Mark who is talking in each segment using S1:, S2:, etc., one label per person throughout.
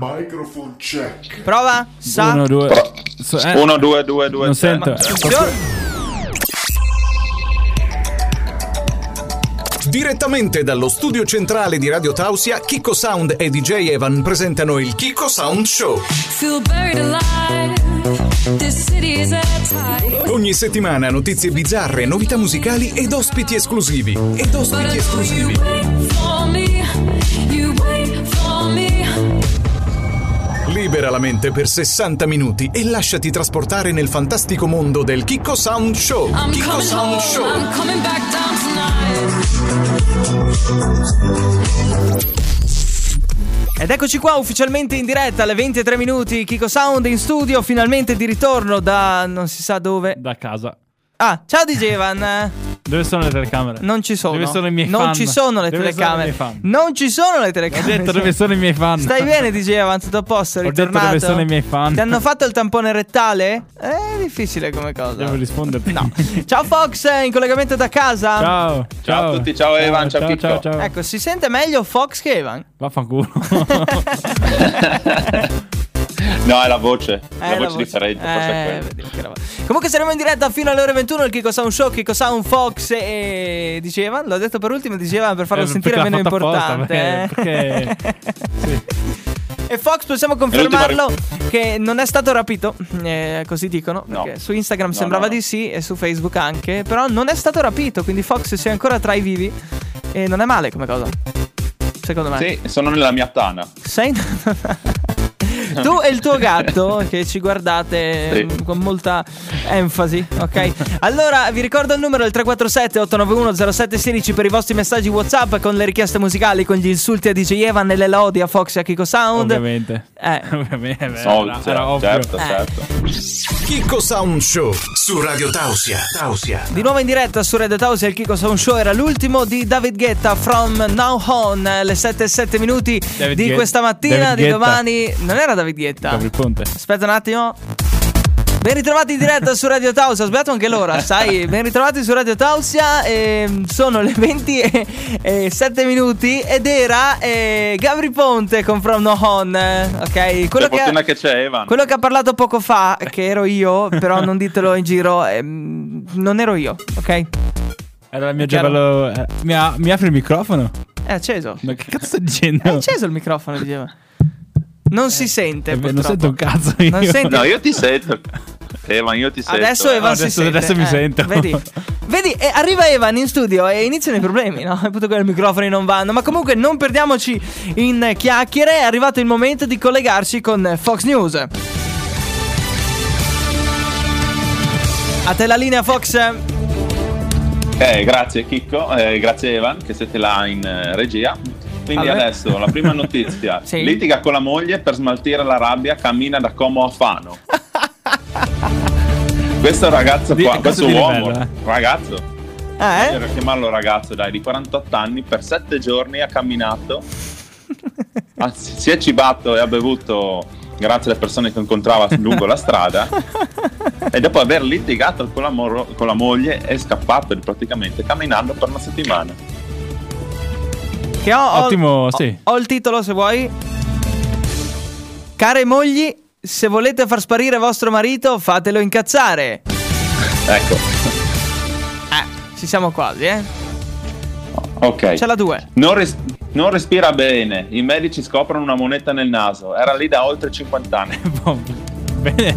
S1: Microphone check.
S2: Prova, sa.
S3: Uno, due. So- eh,
S4: 1, 2, 2, 2.
S3: non sento.
S2: Funziona.
S5: Direttamente dallo studio centrale di Radio Tausia, Kiko Sound e DJ Evan presentano il Kiko Sound Show.
S6: Feel buried alive. This city is at tide.
S5: Ogni settimana notizie bizzarre, novità musicali ed ospiti esclusivi. Ed
S6: But
S5: ospiti
S6: I know you
S5: esclusivi.
S6: wait for me. You wait for me.
S5: Libera la mente per 60 minuti e lasciati trasportare nel fantastico mondo del Kiko Sound Show.
S6: I'm
S5: Kiko
S6: coming
S5: Sound
S6: home.
S5: Show.
S6: I'm coming back down tonight.
S2: Ed eccoci qua ufficialmente in diretta alle 23 minuti. Kiko Sound in studio, finalmente di ritorno da non si sa dove.
S3: Da casa.
S2: Ah, ciao DJ Evan.
S3: Dove sono le telecamere?
S2: Non ci sono.
S3: Dove sono i miei
S2: non
S3: fan?
S2: ci sono le
S3: Dove sono i
S2: telecamere.
S3: miei fan?
S2: non ci sono le
S3: Ho
S2: telecamere.
S3: detto dove sono i miei fan.
S2: Stai bene DJ Evan, tutto a posto,
S3: Ho detto
S2: ritornato.
S3: dove sono i miei fan.
S2: Ti hanno fatto il tampone rettale? Eh, È difficile come cosa.
S3: Devo risponderti.
S2: No. Ciao Fox, eh, in collegamento da casa.
S3: Ciao, ciao.
S4: a tutti, ciao Evan, ciao
S3: ciao,
S4: Chicco.
S3: ciao, ciao.
S2: Ecco, si sente meglio Fox che Evan?
S3: Vaffanculo.
S4: No, è la voce.
S2: Eh,
S4: la voce differente, forse è
S2: eh,
S4: quella.
S2: vediamo che roba. Comunque saremo in diretta fino alle ore 21 il Kiko Sound Show, Kiko Sound Fox e diceva, l'ho detto per ultimo, diceva per farlo
S3: Eh,
S2: sentire
S3: perché
S2: meno
S3: l'ha fatto apposta,
S2: importante. eh.
S3: perché- sì.
S2: E Fox possiamo confermarlo che non è stato rapito, eh, così dicono,
S4: No.
S2: perché su Instagram
S4: No,
S2: sembrava
S4: no, no.
S2: di sì e su Facebook anche, però non è stato rapito, quindi Fox sia ancora tra i vivi e non è male come cosa. Secondo me.
S4: Sì, sono nella mia tana.
S3: Eh,
S2: Sei Tu e il tuo gatto che ci guardate
S4: Sì.
S2: mh, con molta enfasi, ok? Allora vi ricordo il numero il 347 891 0716 per i vostri messaggi WhatsApp con le richieste musicali, con gli insulti a DJ Evan e le lodi a Fox e a Kiko Sound.
S3: Ovviamente.
S2: Eh.
S3: Ovviamente. Era,
S4: No,
S3: era
S4: certo,
S3: ovvio.
S4: certo, certo.
S5: Kiko Sound Show su Radio Tausia. Tausia.
S2: Di nuovo in diretta su Red House e il Kiko Sound Show era l'ultimo di David Guetta From Now On, eh, le 7 e 7 minuti
S3: David
S2: di
S3: Guetta.
S2: questa mattina,
S3: David
S2: di
S3: Guetta.
S2: domani. Non era David Guetta.
S3: Apri il ponte.
S2: Aspetta un attimo. Ben ritrovati in diretta su Radio Tausia, ho sbagliato anche l'ora, sai? Ben ritrovati su Radio Tausia, ehm, sono le 20 e, e 7 minuti ed era eh, Gabri Ponte con From No On, eh, ok?
S4: Per
S2: Quello che,
S4: fortuna
S2: ha,
S4: che c'è Evan.
S2: quello che ha parlato poco fa, che ero io, però non ditelo in giro, ehm, non ero io, ok? È
S3: Era il mio
S2: Chiaro.
S3: giallo. eh, Mi, ha- mi apri il microfono?
S2: acceso.
S3: Ma che cazzo stai dicendo?
S2: È acceso il microfono, diceva. Non si sente,
S3: Eh, beh, non
S2: purtroppo.
S3: sento un cazzo io.
S2: Non sento-
S4: No, io ti sento. Evan, io ti sento. eh.
S2: Adesso Evan si
S3: adesso-
S2: sente. Eh,
S3: adesso mi sento.
S2: Vedi, vedi eh, arriva Evan in studio e iniziano i problemi, no? Appunto che i microfoni non vanno. Ma comunque non perdiamoci in chiacchiere. È arrivato il momento di collegarci con Fox News. A te la linea, Fox.
S4: Eh, grazie Chicco, eh, grazie Evan che siete là in eh, regia. Quindi
S2: Vabbè.
S4: adesso la prima notizia.
S2: Sì.
S4: Litiga con la moglie per smaltire la rabbia, cammina da Como a Fano. questo ragazzo
S3: Di-
S4: qua,
S3: cosa
S4: questo
S3: di
S4: uomo,
S3: livello, eh?
S4: ragazzo,
S2: Eh?
S4: per chiamarlo ragazzo dai, di 48 anni, per 7 giorni ha camminato, anzi, si è cibato e ha bevuto grazie alle persone che incontrava lungo la strada e dopo aver litigato con la, moro- con la moglie è scappato praticamente camminando per una settimana.
S2: Che ho, ho-
S3: Ottimo,
S2: ho-
S3: sì.
S2: Ho il titolo se vuoi. Care mogli, se volete far sparire vostro marito, fatelo incazzare.
S4: Ecco,
S2: Eh, ci siamo quasi, eh.
S4: ok.
S2: C'è la 2.
S4: Non, res- non respira bene, i medici scoprono una moneta nel naso, era lì da oltre 50 anni.
S3: Boh, Bene.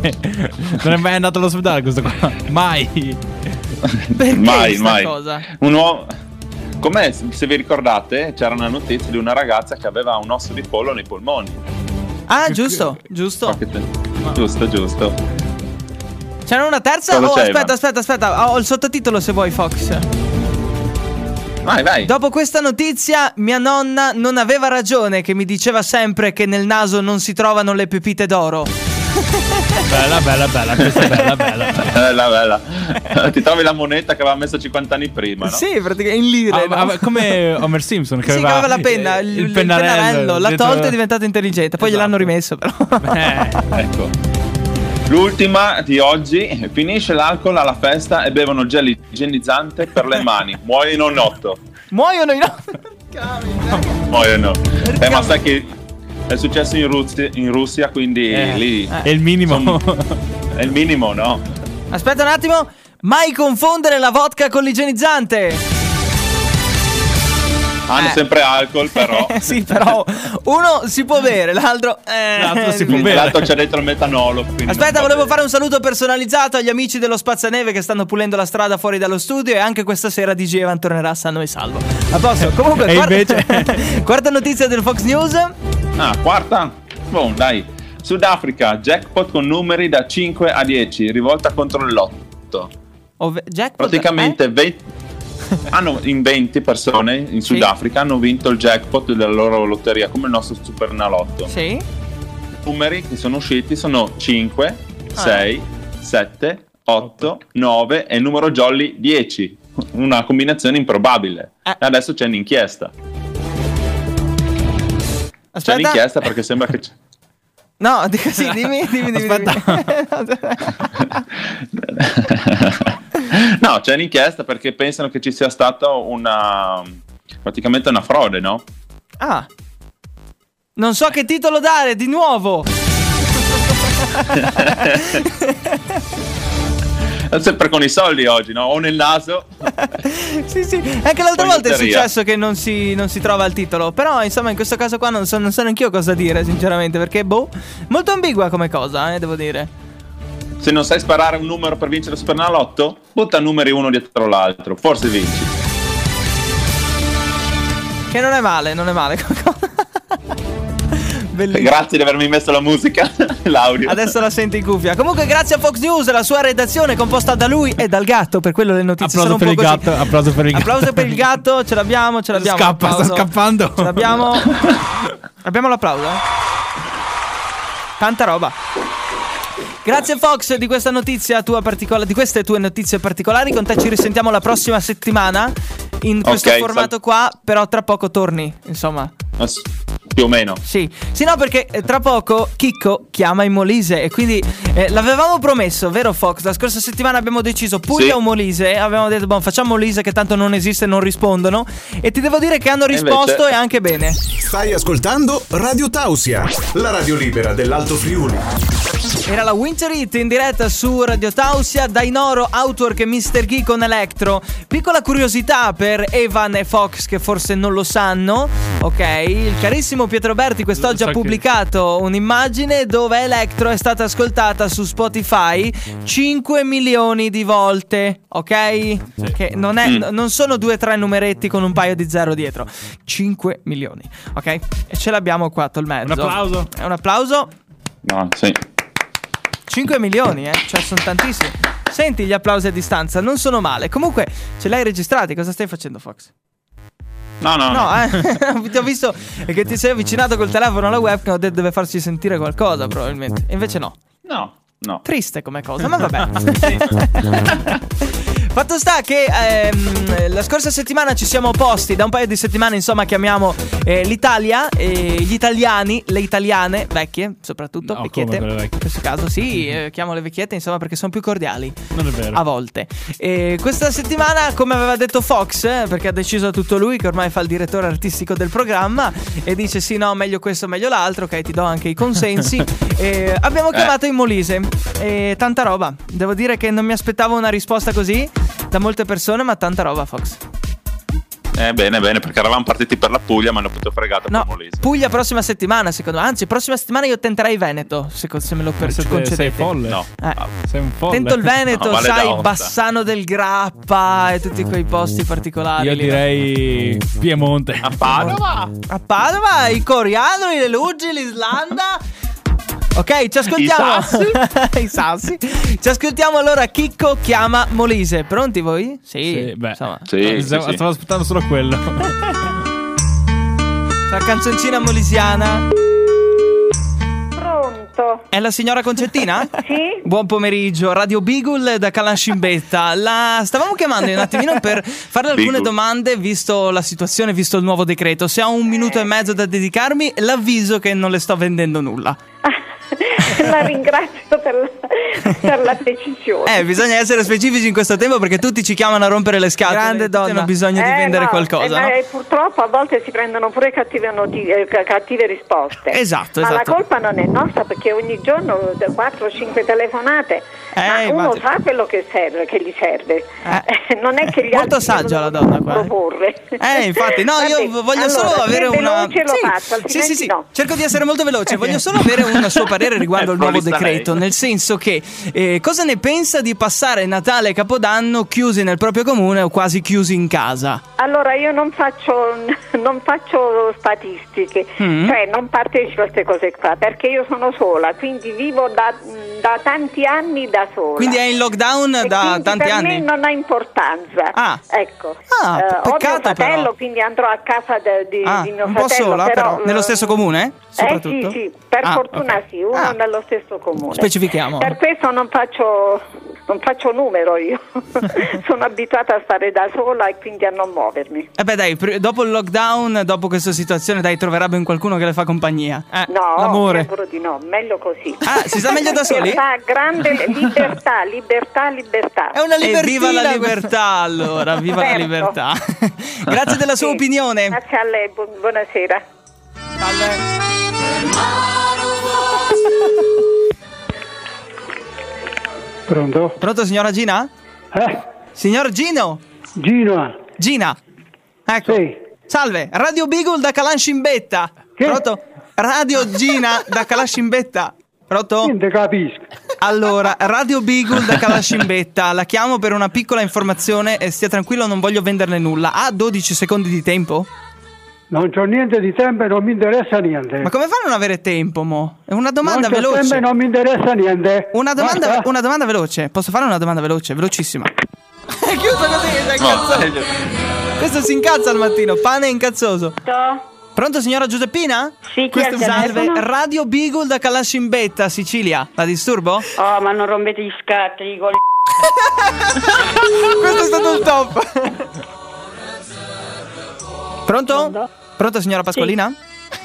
S3: Non è mai andato all'ospedale questo qua. Mai.
S2: Perché
S4: mai,
S2: sta
S4: mai.
S2: cosa?
S4: Un uomo. Com'è, se vi ricordate, c'era una notizia di una ragazza che aveva un osso di pollo nei polmoni.
S2: Ah, giusto, giusto.
S4: Qualche tempo- Giusto, giusto.
S2: C'era una terza?
S4: Cosa
S2: Oh,
S4: c'è,
S2: aspetta,
S4: Ivan?
S2: aspetta, aspetta. Ho il sottotitolo se vuoi, Fox.
S4: Vai, vai.
S2: Dopo questa notizia, mia nonna non aveva ragione che mi diceva sempre che nel naso non si trovano le pepite d'oro.
S3: Bella, bella, bella. Questa è bella, bella. bella.
S4: Bella, bella. Ti trovi la moneta che aveva messo 50 anni prima, no?
S2: Sì, praticamente in lire.
S3: Ah,
S2: no?
S3: ah, come Homer Simpson che
S2: Sì,
S3: aveva,
S2: che aveva la penna,
S3: eh,
S2: il, il pennarello, l'ha
S3: dietro- Esatto.
S2: tolto e è diventato intelligente. Poi gliel'hanno rimesso, però.
S3: Eh,
S4: Ecco. L'ultima di oggi. Finisce l'alcol alla festa e bevono gel igienizzante per le mani. Muoiono in otto.
S2: Muoiono i no.
S4: Muoiono. Eh, ma sai che È successo in, Ruzzi- in Russia, quindi
S3: Eh,
S4: lì
S3: È il minimo.
S4: è il minimo, no?
S2: Aspetta un attimo, mai confondere la vodka con l'igienizzante.
S4: Hanno
S2: Eh.
S4: sempre alcol, però.
S2: sì, però uno si può bere, l'altro... eh,
S3: L'altro si può
S4: Quindi,
S3: bere.
S4: Tra l'altro c'è dentro il metanolo. quindi
S2: Aspetta,
S4: non va
S2: volevo
S4: bene.
S2: fare un saluto personalizzato agli amici dello Spazzaneve che stanno pulendo la strada fuori dallo studio e anche questa sera DJ Evan tornerà sano e salvo. A posto, comunque...
S3: E
S2: quarta-
S3: invece-
S2: quarta notizia del Fox News.
S4: Ah, quarta? Boh, dai. Sudafrica, jackpot con numeri da 5 a 10, rivolta contro il lotto.
S2: Ove- jackpot,
S4: Praticamente
S2: eh?
S4: 20 hanno, in 20 persone in
S2: Sì.
S4: Sudafrica hanno vinto il jackpot della loro lotteria, come il nostro Supernalotto.
S2: Sì.
S4: I numeri che sono usciti sono 5, 6, 7, 8, 9 e il numero jolly 10. Una combinazione improbabile.
S2: Eh.
S4: Adesso c'è un'inchiesta. C'è
S2: Aspetta.
S4: un'inchiesta perché sembra che c'è...
S2: No, dica sì, dimmi, dimmi, dimmi. Aspetta.
S4: no, c'è un'inchiesta perché pensano che ci sia stata una. praticamente una frode, no?
S2: ah. Non so che titolo dare di nuovo.
S4: È Sempre con i soldi oggi, no? O nel naso.
S2: Sì, sì. Anche l'altra
S4: Poi
S2: volta è
S4: lotteria.
S2: successo che non si, non si trova il titolo. Però, insomma, in questo caso qua non so, non so neanch'io cosa dire, sinceramente. Perché, boh, molto ambigua come cosa, eh, devo dire.
S4: Se non sai sparare un numero per vincere il Supernalotto, butta numeri uno dietro l'altro. Forse vinci.
S2: Che non è male, non è male. come cosa. Bellissimo.
S4: Grazie di avermi messo la musica, l'audio.
S2: Adesso la sento in cuffia. Comunque, grazie a Fox News, la sua redazione composta da lui e dal gatto. Per quello le notizie sono
S3: Applauso per
S2: un
S3: il
S2: po' così.
S3: gatto. Applauso per il gatto.
S2: Applauso per il gatto, ce l'abbiamo, ce l'abbiamo.
S3: Scappa, sta
S2: Applauso.
S3: scappando.
S2: Ce l'abbiamo. abbiamo l'applauso. eh. Tanta roba. Grazie Fox di questa notizia tua particolare, di queste tue notizie particolari. Con te ci risentiamo la prossima settimana in questo
S4: Ok,
S2: formato
S4: sal-
S2: qua, però tra poco torni, insomma.
S4: Ass- Ah, Più o meno.
S2: Sì, sì no perché eh, tra poco Chicco chiama in Molise e quindi eh, l'avevamo promesso, vero Fox? La scorsa settimana abbiamo deciso Puglia
S4: Sì.
S2: o Molise, avevamo detto boh, facciamo Molise che tanto non esiste, non rispondono e ti devo dire che hanno risposto
S4: invece-
S2: e anche bene.
S5: Stai ascoltando Radio Tausia, la radio libera dell'Alto Friuli.
S2: Era la Winter Hit in diretta su Radio Tausia, Dainoro, Outwork e Mr. G con Electro. Piccola curiosità per Evan e Fox che forse non lo sanno, ok? Il carissimo Pietro Berti quest'oggi
S3: Lo so
S2: ha
S3: che-
S2: pubblicato un'immagine dove Electro è stata ascoltata su Spotify 5 milioni di volte, ok? Che non, è-
S4: Mm.
S2: non sono due o tre numeretti con un paio di zero dietro, 5 milioni, ok? E ce l'abbiamo qua, Tolmezzo.
S3: Un applauso.
S2: Un applauso.
S4: No, sì.
S2: 5 milioni, eh? Cioè, sono tantissimi. Senti gli applausi a distanza, non sono male. Comunque, ce l'hai registrati, cosa stai facendo, Fox?
S4: No, no, no.
S2: No, eh? Ti ho visto che ti sei avvicinato col telefono alla webcam, ho detto deve farsi sentire qualcosa, probabilmente. E invece no.
S4: No, no.
S2: Triste come cosa, ma vabbè. Fatto sta che ehm, la scorsa settimana ci siamo posti, da un paio di settimane insomma chiamiamo eh, l'Italia, eh, gli italiani, le italiane, vecchie soprattutto,
S3: No,
S2: vecchiette.
S3: come quelle vecchie?
S2: In questo caso sì, eh, chiamo le vecchiette insomma perché sono più cordiali
S3: Non è vero.
S2: a volte. E questa settimana, come aveva detto Fox, eh, perché ha deciso tutto lui, che ormai fa il direttore artistico del programma, e dice sì, no, meglio questo, meglio l'altro, ok, ti do anche i consensi. E abbiamo
S3: Eh.
S2: chiamato in Molise, e tanta roba. Devo dire che non mi aspettavo una risposta così da molte persone, ma tanta roba, Fox.
S4: Eh, bene, bene, perché eravamo partiti per la Puglia, ma hanno potuto fregata
S2: No,
S4: per Molise.
S2: Puglia prossima settimana, secondo me. Anzi, prossima settimana io tenterei Veneto, se, se me lo per-
S3: Siete-
S2: concedete.
S3: sei folle.
S4: No.
S2: Eh.
S4: Ah,
S3: Sei un folle.
S2: Tento il Veneto,
S4: No, Valle
S2: sai,
S4: d'Aosta.
S2: Bassano del Grappa e tutti quei posti particolari.
S3: Io
S2: lì, no?
S3: direi Piemonte.
S2: Ah,
S4: A Padova?
S2: A Padova, i coreani, le luci, l'Islanda. Ok, ci ascoltiamo.
S4: I sassi.
S2: I sassi. Ci ascoltiamo allora. Chicco chiama Molise. Pronti voi? Sì.
S3: Sì, beh.
S2: Insomma, c'è
S4: Sì, sì,
S3: Stavo
S4: sì.
S3: stavo aspettando solo quello.
S2: la canzoncina molisiana.
S7: Pronto?
S2: È la signora Concettina?
S7: Sì?
S2: Buon pomeriggio, Radio Beagle da Calascimbetta. La stavamo chiamando un attimino per farle alcune
S4: Beagle.
S2: domande, visto la situazione, visto il nuovo decreto. Se ha un minuto e mezzo da dedicarmi, l'avviso che non le sto vendendo nulla.
S7: la ringrazio per la, per la decisione.
S2: Eh, bisogna essere specifici in questo tempo perché tutti ci chiamano a rompere le scatole.
S8: Grande
S2: tutti
S8: donna.
S2: Hanno bisogno di
S7: Eh,
S2: vendere
S7: no,
S2: qualcosa.
S7: eh,
S2: no?
S7: ma, eh, purtroppo a volte si prendono pure cattive, noti- eh, ca- cattive risposte.
S2: Esatto,
S7: Ma
S2: esatto.
S7: la colpa non è nostra perché ogni giorno 4-5 telefonate. ma
S2: Eh,
S7: uno
S2: immagino.
S7: sa quello che, serve, che gli serve.
S2: Eh.
S7: non è che gli
S2: Molto
S7: altri
S2: saggia la
S7: devono
S2: donna qua, eh.
S7: proporre.
S2: Eh, infatti, no,
S7: Vabbè,
S2: io v- voglio solo
S7: allora,
S2: avere
S7: se è
S2: una.
S7: veloce lo
S2: Sì,
S7: faccio,
S2: sì, sì, sì.
S7: altrimenti no. Eh.
S2: cerco di essere molto veloce. Voglio solo avere un suo parere riguardo
S4: Eh,
S2: al nuovo
S4: prolista
S2: decreto.
S4: lei.
S2: Nel senso che eh, cosa ne pensa di passare Natale e Capodanno chiusi nel proprio comune o quasi chiusi in casa?
S7: Allora io non faccio, non faccio statistiche,
S2: Mm.
S7: cioè non partecipo a queste cose qua perché io sono sola, quindi vivo da, da tanti anni da sola.
S2: Quindi è in lockdown
S7: E
S2: da
S7: quindi
S2: tanti
S7: per
S2: anni.
S7: me non ha importanza.
S2: Ah.
S7: Ecco.
S2: Ah,
S7: Eh, ho mio
S2: peccato
S7: fratello,
S2: però.
S7: quindi andrò a casa de- di,
S2: Ah,
S7: di mio
S2: un po'
S7: fratello.
S2: sola, però.
S7: eh,
S2: Nello stesso comune,
S7: Eh
S2: soprattutto?
S7: sì, sì, per
S2: Ah,
S7: fortuna
S2: ok.
S7: sì, uno
S2: Ah.
S7: nello stesso comune.
S2: Specifichiamo.
S7: Per questo non faccio, non faccio numero io, sono abituata a stare da sola e quindi a non muovermi.
S2: Eh beh dai, pr- dopo il lockdown, dopo questa situazione, dai, troverà ben qualcuno che le fa compagnia. Eh,
S7: No,
S2: l'amore.
S7: sicuro di no, meglio così.
S2: Ah, si sta meglio da soli?
S7: Libertà, grande libertà, libertà, libertà.
S8: È una libertina.
S2: viva la libertà allora, viva la
S7: Certo.
S2: libertà. Grazie della sua
S7: Sì,
S2: opinione.
S7: Grazie a lei, bu- buonasera.
S9: Pronto?
S2: Pronto signora Gina?
S9: Eh?
S2: Signor Gino?
S9: Ginoa?
S2: Gina. Ecco.
S9: Sì.
S2: Salve, Radio Beagle da Calascimbetta.
S9: Che?
S2: Pronto? Radio Gina da Calascimbetta. Pronto?
S9: Niente, capisco.
S2: Allora, Radio Beagle da Calascimbetta, la chiamo per una piccola informazione e stia tranquillo, non voglio venderne nulla. Ha 12 secondi di tempo?
S9: Non c'ho niente di tempo e non mi interessa niente.
S2: Ma come fa a non avere tempo, mo? È una domanda
S9: non c'ho tempo
S2: veloce.
S9: e non mi interessa niente.
S2: Una domanda,
S9: Basta.
S2: una domanda veloce. Posso fare una domanda veloce? Velocissima. È chiuso così, sei incazzato. Questo si incazza al mattino, pane incazzoso. Pronto signora Giuseppina?
S10: Sì, chi
S2: Questo
S10: è al
S2: salve.
S10: telefono?
S2: Radio Beagle da Calascimbetta, Sicilia. La disturbo?
S10: Oh, ma non rompete gli scatti, con
S2: Questo è stato il top. Pronto?
S10: Pronto?
S2: Pronto signora Pasqualina?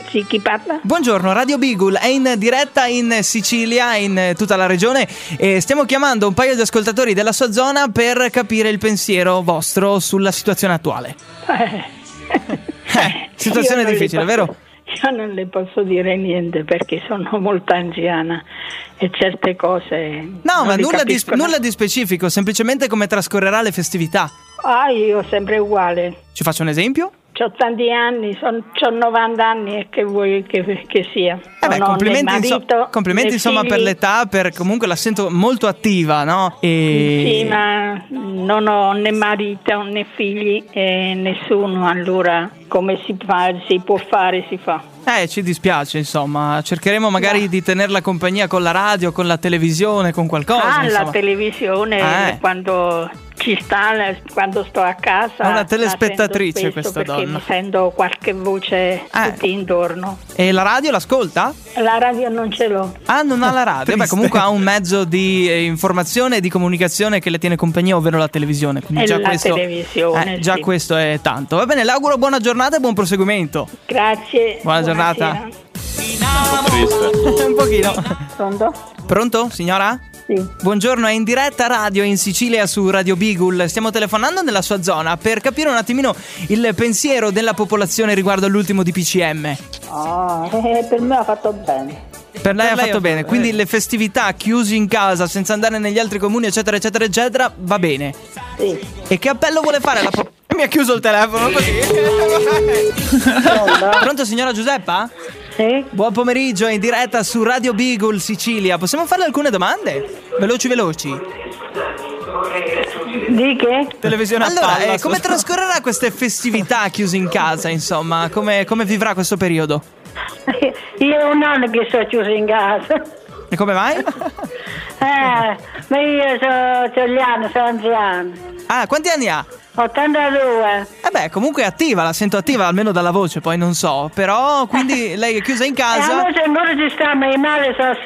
S10: Sì, chi parla?
S2: Buongiorno, Radio Beagle è in diretta in Sicilia, in eh, tutta la regione e stiamo chiamando un paio di ascoltatori della sua zona per capire il pensiero vostro sulla situazione attuale. Eh, situazione
S10: Io non le
S2: difficile,
S10: posso-
S2: vero?
S10: Io non le posso dire niente perché sono molto anziana e certe cose.
S2: No,
S10: non
S2: ma
S10: le
S2: nulla di,
S10: capisco, no.
S2: nulla di specifico, semplicemente come trascorrerà le festività.
S10: Ah, io sempre uguale.
S2: Ci faccio un esempio?
S10: Ho tanti anni, son, ho 90 anni e che vuoi che, che sia.
S2: Eh beh,
S10: Non ho né
S2: complimenti, inso-
S10: marito,
S2: complimenti,
S10: né
S2: insomma
S10: figli.
S2: per l'età, per comunque la sento molto attiva, no? E...
S10: Sì, ma non ho né marito né figli e nessuno, allora come si fa, si può fare, si fa.
S2: Eh, ci dispiace, insomma, cercheremo magari di tenerla compagnia con la radio, con la televisione, con qualcosa.
S10: ah,
S2: insomma.
S10: la televisione
S2: Eh.
S10: quando ci sta, la- quando sto a casa.
S2: È una
S10: la
S2: telespettatrice
S10: sento
S2: questa
S10: spesso perché
S2: donna.
S10: Mi sento qualche voce
S2: Eh.
S10: tutti intorno.
S2: E la radio l'ascolta?
S10: La radio non ce l'ho.
S2: Ah, non ha la radio. Beh,
S3: Triste.
S2: comunque ha un mezzo di eh, informazione e di comunicazione che le tiene compagnia, ovvero la televisione. Quindi
S10: E
S2: già
S10: la
S2: questo,
S10: televisione,
S2: eh, già
S10: sì.
S2: questo è tanto. Va bene, le auguro buona giornata e buon proseguimento.
S10: Grazie.
S2: Buona giornata.
S10: buonasera.
S4: triste.
S2: un pochino.
S10: Pronto?
S2: Pronto, signora?
S10: Sì.
S2: Buongiorno, è in diretta radio in Sicilia su Radio Beagle. Stiamo telefonando nella sua zona per capire un attimino il pensiero della popolazione riguardo all'ultimo DPCM.
S10: Ah, eh, per me ha fatto bene.
S2: Per lei ha fatto bene, quindi le festività chiusi in casa senza andare negli altri comuni, eccetera, eccetera, eccetera, va bene.
S10: Sì.
S2: E che appello vuole fare la po- Mi ha chiuso il telefono così. Pronto signora Giuseppa?
S10: Sì?
S2: Buon pomeriggio, è in diretta su Radio Beagle Sicilia. Possiamo farle alcune domande? Veloci, veloci.
S10: Di che?
S2: Televisione
S3: a
S2: Allora,
S3: palla,
S2: eh, come
S3: solo.
S2: trascorrerà queste festività chiusi in casa, insomma? Come, come vivrà questo periodo?
S10: Io non anno che sono chiuso in casa.
S2: E come mai?
S10: Eh, ma io sono italiano, sono anziano.
S2: Ah, quanti anni ha?
S10: 82.
S2: Eh beh, comunque è attiva, la sento attiva, almeno dalla voce, poi non so. Però, quindi lei è chiusa in
S10: E
S2: casa.
S10: Eh, allora se non ci sta, ma i male sono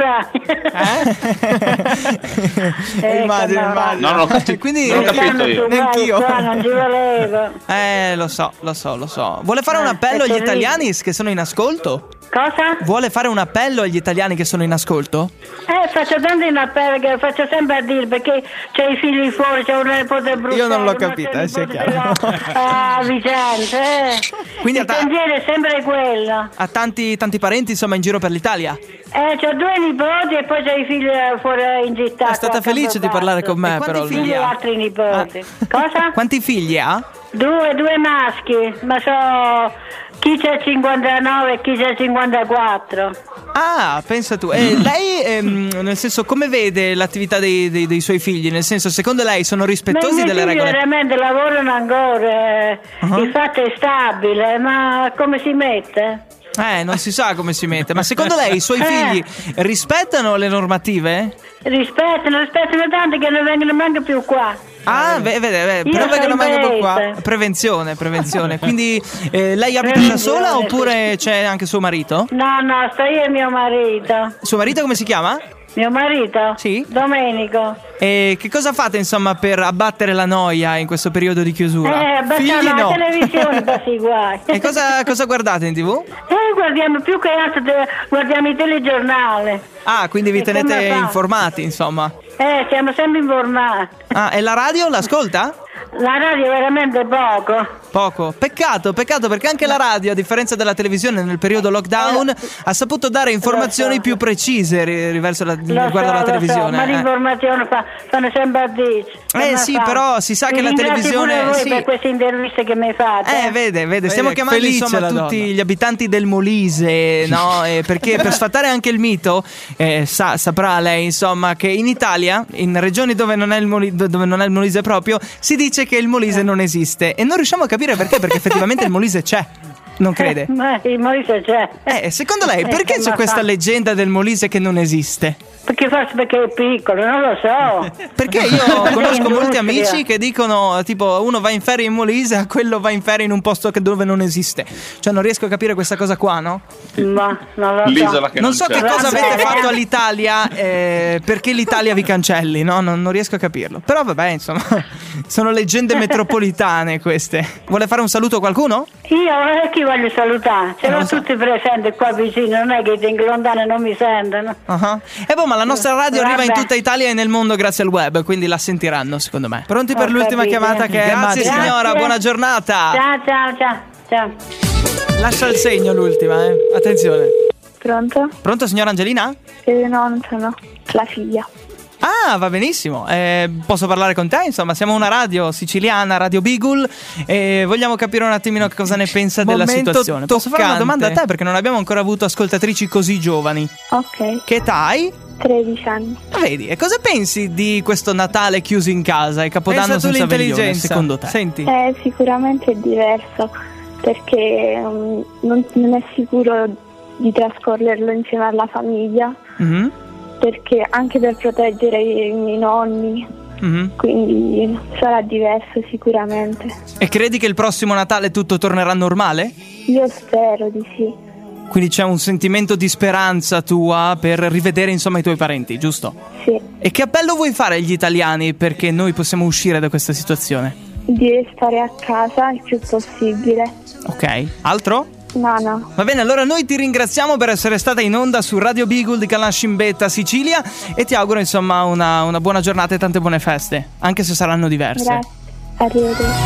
S10: sa.
S2: Eh? immagino,
S10: ecco, no.
S2: immagino.
S4: No, no, capito.
S2: Quindi,
S4: Non ho capito.
S10: Stanno eh,
S4: io.
S10: su
S2: Neanch'io.
S10: qua, non ci volevo.
S2: eh, lo so, lo so, lo so. Vuole fare un
S10: Eh,
S2: appello
S10: è
S2: agli
S10: terribile.
S2: italiani che sono in ascolto?
S10: Cosa?
S2: Vuole fare un appello agli italiani che sono in ascolto?
S10: Eh, faccio tanto in appello che faccio sempre a dire perché c'è i figli fuori, c'è un nipote brutto.
S2: Io non l'ho capita, eh, sia chiaro.
S10: Ah, Vicente, eh.
S2: Quindi a
S10: il
S2: ta-
S10: pensiero è sempre quello.
S2: Ha tanti, tanti parenti, insomma, in giro per l'Italia.
S10: Eh, c'ho due nipoti e poi c'ho i figli eh, fuori in città.
S2: È stata
S10: qua, a
S2: felice di parlare con me, però.
S10: Campobasso. E Quanti figli e
S2: Olivia.
S10: altri nipoti?
S2: Ah.
S10: Cosa?
S2: Quanti figli ha?
S10: Due, due maschi, ma so chi c'è 59 e chi c'è 54.
S2: Ah, pensa tu. E lei, ehm, nel senso, come vede l'attività dei, dei- dei suoi figli? Nel senso, secondo lei sono
S10: Ma i
S2: rispettosi
S10: miei
S2: delle
S10: figli
S2: regole?
S10: veramente lavorano ancora, eh.
S2: Ah.
S10: il fatto è stabile, ma come si mette?
S2: Eh, non si sa come si mette. Ma secondo lei i suoi
S10: Eh.
S2: figli rispettano le normative?
S10: Rispettano, rispettano tanti che non vengono neanche più qua.
S2: Ah, vede, vede, vede.
S10: Io
S2: però
S10: sono
S2: vengono mai dopo qua.
S10: inglese.
S2: Prevenzione, prevenzione. Quindi eh, lei abita da sola
S10: Prevenzione,
S2: oppure c'è anche suo marito?
S10: No, no, sto io e mio marito.
S2: Suo marito come si chiama?
S10: Mio marito?
S2: Sì.
S10: Domenico.
S2: E che cosa fate insomma per abbattere la noia in questo periodo di
S10: Eh,
S2: chiusura? Figli
S10: abbassiamo la
S2: no. Ecco.
S10: televisione per si guai.
S2: E cosa, cosa guardate in tv?
S10: Eh, guardiamo più che altro, te- guardiamo i telegiornali.
S2: Ah, quindi vi
S10: E come
S2: tenete
S10: fa?
S2: informati insomma.
S10: Eh, siamo sempre informati.
S2: Ah, e la radio l'ascolta?
S10: La radio è veramente poco.
S2: Mm, Poco. Peccato, peccato perché anche la radio, a differenza della televisione nel periodo
S10: Eh,
S2: lockdown, ha saputo dare informazioni più precise ri- riverso la,
S10: Lo
S2: riguardo
S10: so,
S2: alla
S10: lo so,
S2: televisione.
S10: ma
S2: eh.
S10: l'informazione fa, fanno sempre a dirci.
S2: Eh
S10: Ma
S2: sì,
S10: fa-
S2: però si sa
S10: Vi
S2: che la
S10: ringrazio
S2: televisione-
S10: pure voi
S2: sì.
S10: per queste interviste che mi fate.
S2: Eh, vede, vede, stiamo
S3: Vede,
S2: chiamando
S3: felice
S2: insomma
S3: la
S2: tutti
S3: donna.
S2: gli abitanti del Molise, no? Eh, perché per sfatare anche il mito, eh, sa- saprà lei insomma che in Italia, in regioni dove non, è il Moli- dove non è il Molise proprio, si dice che il Molise non esiste e non riusciamo a capire perché, perché effettivamente il Molise c'è, non crede?
S10: Ma il Molise c'è.
S2: Eh, secondo lei
S10: Eh,
S2: perché
S10: insomma,
S2: c'è questa
S10: fa-
S2: leggenda del Molise che non esiste?
S10: Perché forse perché è piccolo, non lo so.
S2: Perché io
S10: Perché
S2: conosco molti
S10: industria.
S2: amici che dicono tipo uno va in ferie in Molise, quello va in ferie in un posto che- dove non esiste. Cioè non riesco a capire questa cosa qua, no?
S10: Ma non lo so.
S4: L'isola che non,
S2: non so
S4: c'è.
S2: che cosa
S10: Vabbè.
S2: avete fatto all'Italia eh, perché l'Italia vi cancelli, no? Non, non riesco a capirlo. Però vabbè, insomma, sono leggende metropolitane queste. Vuole fare un saluto a qualcuno?
S10: Io eh, chi voglio salutare? Ce
S2: Eh,
S10: l'ho
S2: lo so.
S10: tutti presenti qua vicino, non è che i lontani non mi sentono.
S2: Ah E boh, ma la nostra radio arriva in
S10: Vabbè.
S2: tutta Italia e nel mondo grazie al web, quindi la sentiranno, secondo me. Pronti per
S10: Ho
S2: l'ultima
S10: capito.
S2: chiamata che è Grazie
S3: Grazie.
S2: signora,
S10: Grazie.
S2: buona giornata.
S10: Ciao, ciao, ciao. ciao.
S2: Lascia il segno l'ultima, eh. Attenzione.
S8: Pronto?
S2: Pronto signora Angelina?
S8: Eh, no, non sono la figlia.
S2: Ah, va benissimo. Eh, posso parlare con te? Insomma, siamo una radio siciliana, Radio Beagle, e vogliamo capire un attimino che cosa ne pensa della
S3: Momento
S2: situazione. Posso fare una
S3: toccante.
S2: domanda a te perché non abbiamo ancora avuto ascoltatrici così giovani.
S8: Ok,
S2: Che età hai?
S8: 13 anni.
S2: Vedi, e cosa pensi di questo Natale chiuso in casa e Capodanno
S3: Pensa tu
S2: senza veglione,
S3: l'intelligenza.
S2: secondo te?
S3: Senti.
S8: Eh, sicuramente è diverso perché um, non, non è sicuro di trascorrerlo insieme alla famiglia,
S2: Mhm,
S8: perché anche per proteggere i, i miei nonni,
S2: mhm.
S8: quindi sarà diverso sicuramente.
S2: E credi che il prossimo Natale tutto tornerà normale?
S8: Io spero di sì.
S2: Quindi c'è un sentimento di speranza tua per rivedere insomma i tuoi parenti, giusto?
S8: Sì,
S2: E che appello vuoi fare agli italiani perché noi possiamo uscire da questa situazione?
S8: di stare a casa il più possibile.
S2: Ok, altro?
S8: No, no.
S2: Va bene, allora noi ti ringraziamo per essere stata in onda su Radio Beagle di Calascimbetta, Sicilia e ti auguro insomma una, una buona giornata e tante buone feste, anche se saranno diverse.
S8: Grazie. Arrivederci.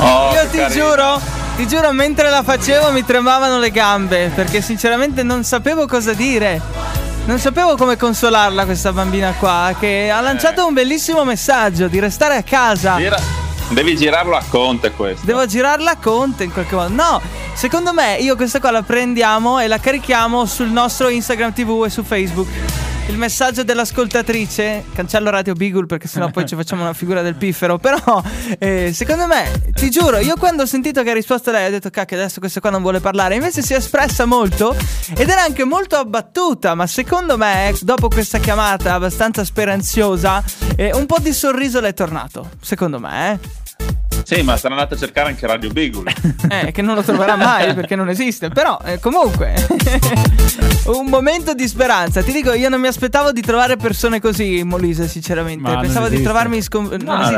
S4: Oh,
S2: Io
S4: che
S2: ti
S4: carino.
S2: giuro, ti giuro, mentre la facevo mi tremavano le gambe perché sinceramente non sapevo cosa dire. Non sapevo come consolarla questa bambina qua che ha lanciato un bellissimo messaggio di restare a casa.
S4: Gira- Devi girarlo a Conte questo.
S2: Devo girarla a Conte in qualche modo. No, secondo me io questa qua la prendiamo e la carichiamo sul nostro Instagram TV e su Facebook. Il messaggio dell'ascoltatrice, cancello Radio Beagle perché sennò poi ci facciamo una figura del piffero, però eh, secondo me, ti giuro, io quando ho sentito che ha risposto lei ho detto cacchio adesso questa qua non vuole parlare, invece si è espressa molto ed era anche molto abbattuta, ma secondo me dopo questa chiamata abbastanza speranziosa eh, un po' di sorriso le è tornato, secondo me. Eh.
S4: Sì, ma sarà andato a cercare anche Radio Beagle.
S2: Eh, che non lo troverà mai perché non esiste, però eh, comunque un momento di speranza. Ti dico, io non mi aspettavo di trovare persone così in Molise, sinceramente.
S3: Ma non
S2: Pensavo di
S3: esiste.
S2: trovarmi scom-
S4: No,
S2: non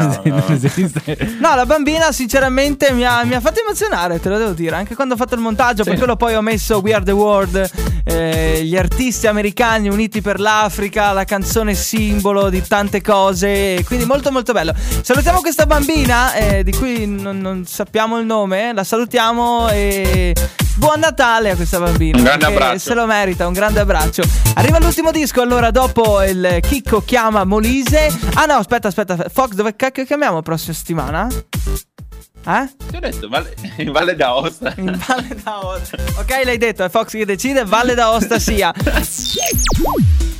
S2: esiste.
S3: esiste, non esiste.
S2: No, la bambina sinceramente mi ha, mi ha fatto emozionare, te lo devo dire, anche quando ho fatto il montaggio, per quello poi ho messo We Are The World, eh, gli artisti americani uniti per l'Africa, la canzone simbolo di tante cose, quindi molto molto bello. Salutiamo questa bambina eh, di cui non, non sappiamo il nome, la salutiamo e... Buon Natale a questa bambina.
S4: Un grande
S2: perché
S4: abbraccio.
S2: Se lo merita, un grande abbraccio. Arriva l'ultimo disco, allora dopo il Chicco chiama Molise. Ah no, aspetta, aspetta. Fox, dove cacchio chiamiamo prossima settimana? Eh?
S4: Ti ho detto, Valle- in Valle d'Aosta.
S2: In Valle d'Aosta. Ok, l'hai detto, è Fox che decide, Valle d'Aosta sia.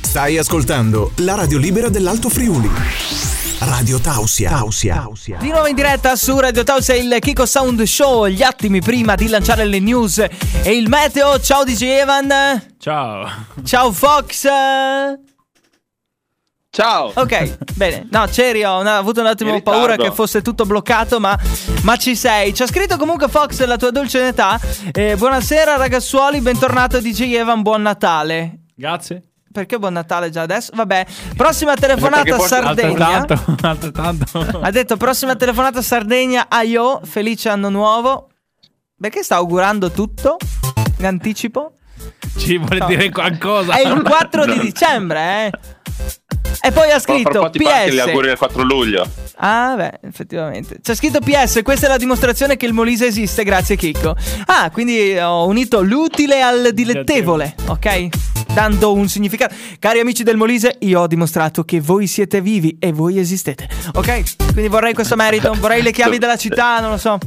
S5: Stai ascoltando la radio libera dell'Alto Friuli. Radio Tausia. Tausia. Tausia.
S2: Di nuovo in diretta su Radio Taus è il Kiko Sound Show, gli attimi prima di lanciare le news e il meteo. Ciao DJ Evan.
S3: Ciao.
S2: Ciao Fox.
S4: Ciao!
S2: Ok, bene. No, Cerio, ho avuto un attimo
S4: In
S2: paura
S4: ritardo.
S2: che fosse tutto bloccato, ma, ma ci sei. Ci ha scritto comunque Fox la tua dolce età. Eh, buonasera ragazzuoli, bentornato DJ Evan, buon Natale.
S3: Grazie.
S2: Perché buon Natale già adesso? Vabbè, prossima telefonata
S4: Perché
S2: a
S4: forse-
S2: Sardegna.
S3: Altrettanto, altrettanto.
S2: Ha detto prossima telefonata a Sardegna, aio, felice anno nuovo. Perché sta augurando tutto in anticipo?
S3: Ci vuole
S2: No.
S3: dire qualcosa.
S2: È il 4 di dicembre, eh. E poi ha
S4: Fra- fra
S2: scritto
S4: un po' ti fa anche gli auguri
S2: PS.
S4: del 4 luglio.
S2: Ah, beh, effettivamente. C'è scritto PS, questa è la dimostrazione che il Molise esiste, grazie Chicco. Ah, quindi ho unito l'utile al dilettevole, ok? Dando un significato. Cari amici del Molise, io ho dimostrato che voi siete vivi e voi esistete, ok? Quindi vorrei questo merito, vorrei le chiavi della città, non lo so.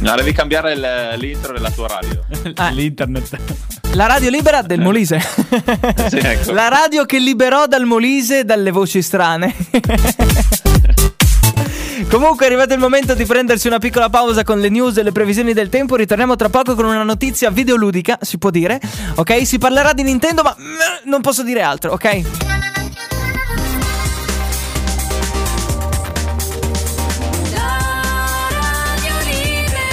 S4: No, devi cambiare il- l'intro della tua radio.
S2: Ah.
S3: L'internet.
S2: La radio libera del Molise.
S4: Sì, ecco.
S2: La radio che liberò dal Molise dalle voci strane. Comunque è arrivato il momento di prendersi una piccola pausa con le news e le previsioni del tempo. Ritorniamo tra poco con una notizia videoludica, si può dire. Ok, si parlerà di Nintendo, ma mm, non posso dire altro, ok?
S6: La radio libera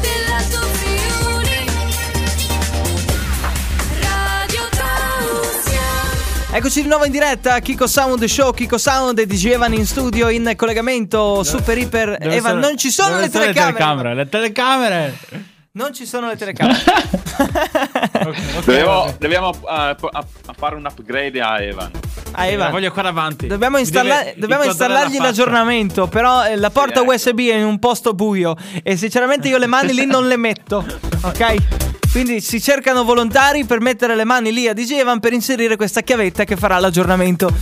S6: dell'Alto Friuli. Radio Tausia.
S2: Eccoci di nuovo in diretta, Kiko Sound Show, Kiko Sound e DJ Evan in studio in collegamento super iper
S3: Dove
S2: Evan,
S3: sono-
S2: non ci sono
S3: dove
S2: le telecamere.
S3: Le telecamere. Le telecamere.
S2: Non ci sono le telecamere.
S3: Ok, ok,
S4: Dobbiamo,
S3: vabbè.
S4: dobbiamo eh, po- a- a fare un upgrade a Evan.
S2: Ah, Evan.
S3: La voglio qua davanti.
S2: Dobbiamo,
S3: Mi
S2: installa-
S3: deve
S2: dobbiamo
S3: inquadrare
S2: installargli
S3: la faccia.
S2: l'aggiornamento, però eh, la porta
S4: Sì, ecco.
S2: USB è in un posto buio e sinceramente io le mani lì non le metto, ok? Quindi si cercano volontari per mettere le mani lì a DJ Evan per inserire questa chiavetta che farà l'aggiornamento,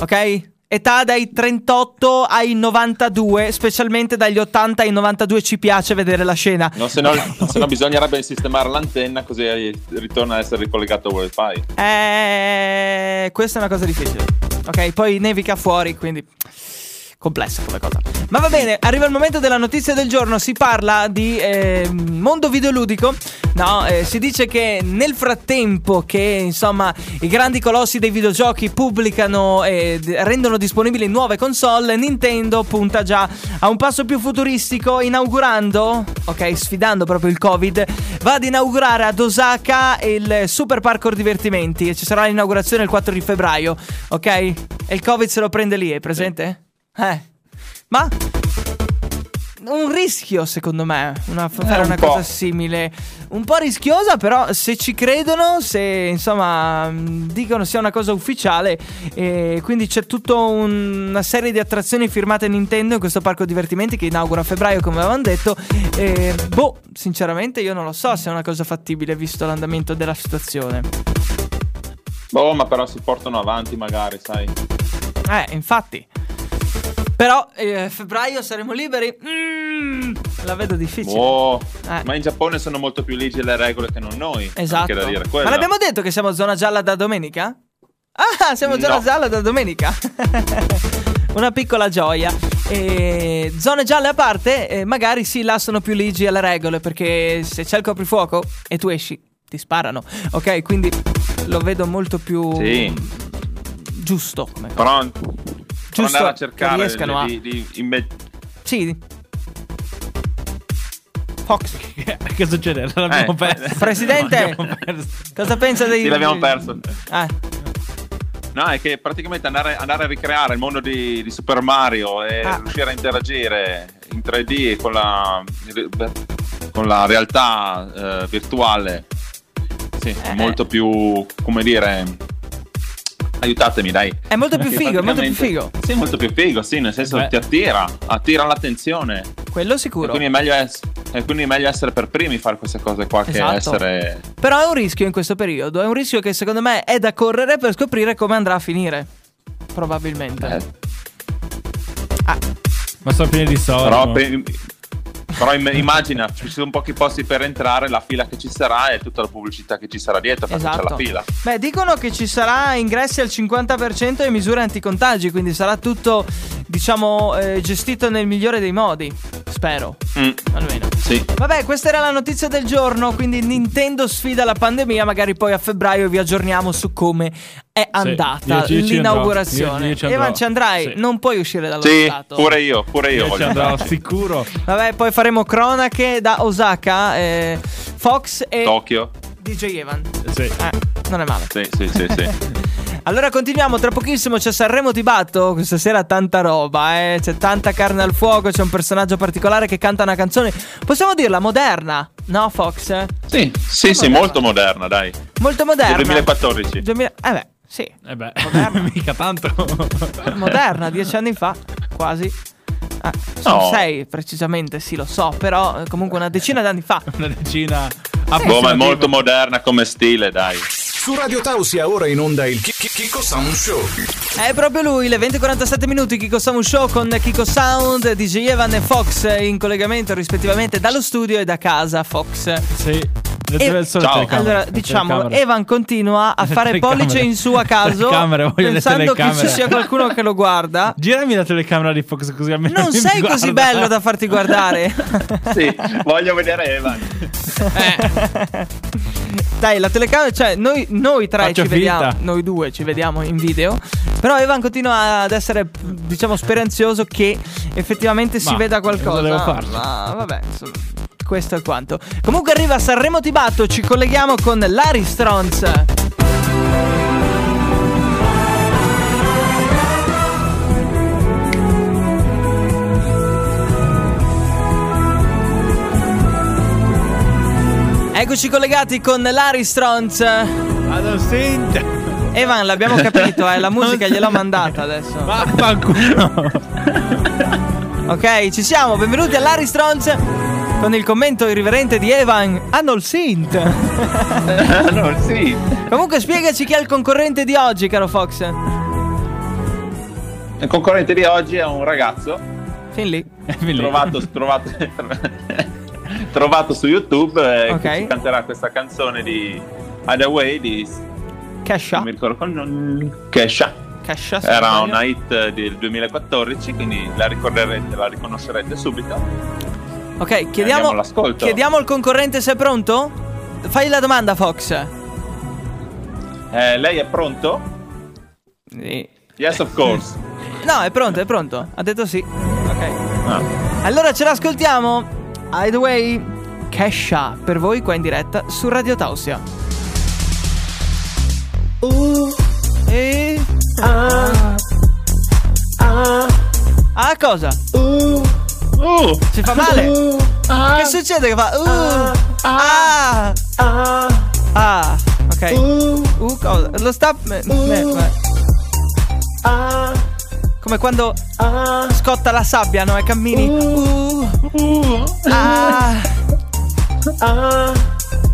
S2: ok? Età dai 38 ai 92, specialmente dagli 80 ai 92 ci piace vedere la scena.
S4: No, se no, se no bisognerebbe sistemare l'antenna così eh, ritorna ad essere ricollegato a wifi.
S2: Eh, questa è una cosa difficile. Ok, poi nevica fuori, quindi complessa come cosa. Ma va bene, arriva il momento della notizia del giorno. Si parla di eh, mondo videoludico. No, eh, si dice che nel frattempo che insomma i grandi colossi dei videogiochi pubblicano e d- rendono disponibili nuove console, Nintendo punta già a un passo più futuristico inaugurando, ok, sfidando proprio il Covid, va ad inaugurare ad Osaka il Super Parkour Divertimenti e ci sarà l'inaugurazione il 4 di febbraio, ok? E il Covid se lo prende lì, è presente? Eh. Ma un rischio, secondo me, una- fare
S4: Eh, un
S2: una
S4: po'.
S2: cosa simile. Un po' rischiosa, però se ci credono, se insomma mh, dicono sia una cosa ufficiale, eh, quindi c'è tutta un- una serie di attrazioni firmate Nintendo in questo parco divertimenti che inaugura a febbraio, come avevamo detto. Eh, boh, sinceramente io non lo so se è una cosa fattibile visto l'andamento della situazione.
S4: Boh, ma però si portano avanti magari, sai.
S2: Eh, infatti. Però eh, febbraio saremo liberi. Mm, la vedo difficile.
S4: Boh.
S2: Eh.
S4: Ma in Giappone sono molto più rigide le regole che non noi.
S2: Esatto.
S4: Anche da dire quello.
S2: Ma l'abbiamo detto che siamo zona gialla da domenica? Ah, siamo zona
S4: No.
S2: gialla da domenica. Una piccola gioia. E zone gialle a parte, eh, magari sì, là sono più ligi alle regole perché se c'è il coprifuoco e tu esci, ti sparano. Ok, quindi lo vedo molto più
S4: Sì.
S2: giusto come cosa.
S4: Però,
S2: Giusto,
S4: però andare a
S2: che
S4: cercare
S2: riescano
S4: di, di- di inve-
S2: Sì.
S3: Fox. che succede?
S4: Eh.
S3: L'abbiamo perso.
S2: Presidente, cosa pensa dei...
S4: Sì, l'abbiamo perso.
S2: Ah,
S4: No, è che praticamente andare, andare a ricreare il mondo di, di Super Mario e
S2: Ah.
S4: riuscire a interagire in 3D con la, con la realtà eh, virtuale sì,
S2: Eh,
S4: è molto più, come dire, aiutatemi dai.
S2: è molto più
S4: Perché
S2: figo, è molto più
S4: praticamente-
S2: figo.
S4: Sì, molto più figo, sì, nel senso
S3: Beh.
S4: ti attira, attira l'attenzione.
S2: Quello
S4: E
S2: sicuro.
S4: quindi, è meglio ess- e quindi è meglio essere per primi fare queste cose qua
S2: Esatto.
S4: che essere...
S2: Però è un rischio in questo periodo, è un rischio che secondo me è da correre per scoprire come andrà a finire. Probabilmente.
S4: eh,
S3: Ma sono pieni di soldi.
S4: Però, pe- però im- immagina, ci sono pochi posti per entrare, la fila che ci sarà e tutta la pubblicità che ci sarà dietro perché
S2: Esatto.
S4: c'è la fila.
S2: Beh, dicono che ci sarà ingressi al 50% e misure anticontagi, quindi sarà tutto, diciamo, eh, gestito nel migliore dei modi. Spero,
S4: Mm,
S2: almeno.
S4: sì.
S2: Vabbè, questa era la notizia del giorno, quindi Nintendo sfida la pandemia, magari poi a febbraio vi aggiorniamo su come è andata
S3: io ci- io ci andrò.
S2: l'inaugurazione.
S3: Io- io ci andrò.
S2: Evan ci andrai,
S3: Sì.
S2: non puoi uscire dallo
S4: Sì,
S2: stato.
S4: pure io, pure io,
S3: Io Cioè, ci
S4: voglio
S3: andrò
S4: andarci.
S3: sicuro.
S2: Vabbè, poi faremo cronache da Osaka, eh, Fox e
S4: Tokyo.
S2: DJ Evan.
S3: Sì.
S2: Eh, non è male.
S4: Sì, sì, sì, sì.
S2: Allora continuiamo, tra pochissimo c'è Sanremo Ti Batto, questa sera tanta roba, eh? c'è tanta carne al fuoco, c'è un personaggio particolare che canta una canzone, possiamo dirla moderna, no Fox?
S4: Sì, sì, sì, molto moderna, dai. Del Boh,
S2: Molto moderna.
S4: 2014.
S2: 2000 Eh beh, sì,
S3: Eh beh,
S2: Vabbè.
S3: mica tanto.
S2: moderna, dieci anni fa, quasi. Ah, sono
S4: No.
S2: sei precisamente, sì lo so, però eh, comunque una decina d'anni fa.
S3: Una decina.
S4: Boh, ma
S3: approssimativa.
S4: è molto moderna come stile, dai.
S5: Su Radio Tausia ora in onda il Chi- Chi- Chicco Sound Show.
S2: È proprio lui, le 20.47 minuti, Kiko Samu Show con Kiko Sound, DJ Evan e Fox in collegamento rispettivamente dallo studio e da casa Fox.
S3: Sì. Le
S2: E-
S3: deve- solo
S4: Ciao.
S3: telecamere,
S2: Allora,
S3: le
S2: diciamo,
S3: telecamere.
S2: Evan continua a
S3: Le
S2: fare
S3: telecamere.
S2: pollice in su a caso,
S3: Telecamere, voglio le
S2: pensando che ci
S3: telecamere.
S2: sia qualcuno che lo guarda.
S3: Girami la telecamera di Fox così almeno
S2: Non
S3: mi
S2: sei così
S3: guarda.
S2: bello da farti guardare.
S4: Sì, voglio vedere Evan.
S2: Dai, la telecamera, cioè noi, noi tre
S3: Faccio
S2: ci
S3: finta.
S2: vediamo, noi due ci vediamo in video. Però Evan continua ad essere, diciamo, speranzoso che effettivamente si
S3: Ma,
S2: veda
S3: cosa
S2: qualcosa.
S3: devo farci?
S2: Ma vabbè, insomma, questo è quanto. Comunque arriva Sanremo Tibatto, ci colleghiamo con Larry Strons. Eccoci collegati con Larry Strons.
S3: Vado sente.
S2: Evan, l'abbiamo capito, eh, la musica gliel'ho mandata adesso.
S3: Vaffanculo.
S2: Ok, ci siamo, benvenuti all'Ari Strons con il commento irriverente di Evan. Hanno il synth.
S4: no, sì.
S2: Comunque spiegaci chi è il concorrente di oggi, caro Fox.
S4: Il concorrente di oggi è un ragazzo
S2: Fin lì.
S3: È bellissimo.
S4: trovato, trovato, trovato su YouTube eh,
S2: Ok.
S4: che ci canterà questa canzone di Hideaway di non
S2: Kesha.
S4: mi ricordo quel nome, Kesha.
S2: Kesha. se non
S4: Era
S2: sbaglio.
S4: una hit del 2014, quindi la ricorderete, la riconoscerete subito.
S2: Ok,
S4: Andiamo
S2: chiediamo,
S4: all'ascolto.
S2: chiediamo al concorrente se è pronto. Fai la domanda, Fox.
S4: Eh, lei è pronto? Yes, of course.
S2: No, è pronto, è pronto. Ha detto sì. Ok.
S4: Ah,
S2: Allora ce l'ascoltiamo. Hideaway Kesha per voi qua in diretta su Radio Tausia. Uh, e ah cosa?
S4: Uh!
S2: Si fa male? che succede che fa? Uh, ah, ah, ok. Uh, cosa? Lo sta eh, eh, vabbè. Come quando
S11: Uh,
S2: scotta la sabbia, no? E cammini. Uh, ah.
S11: uh,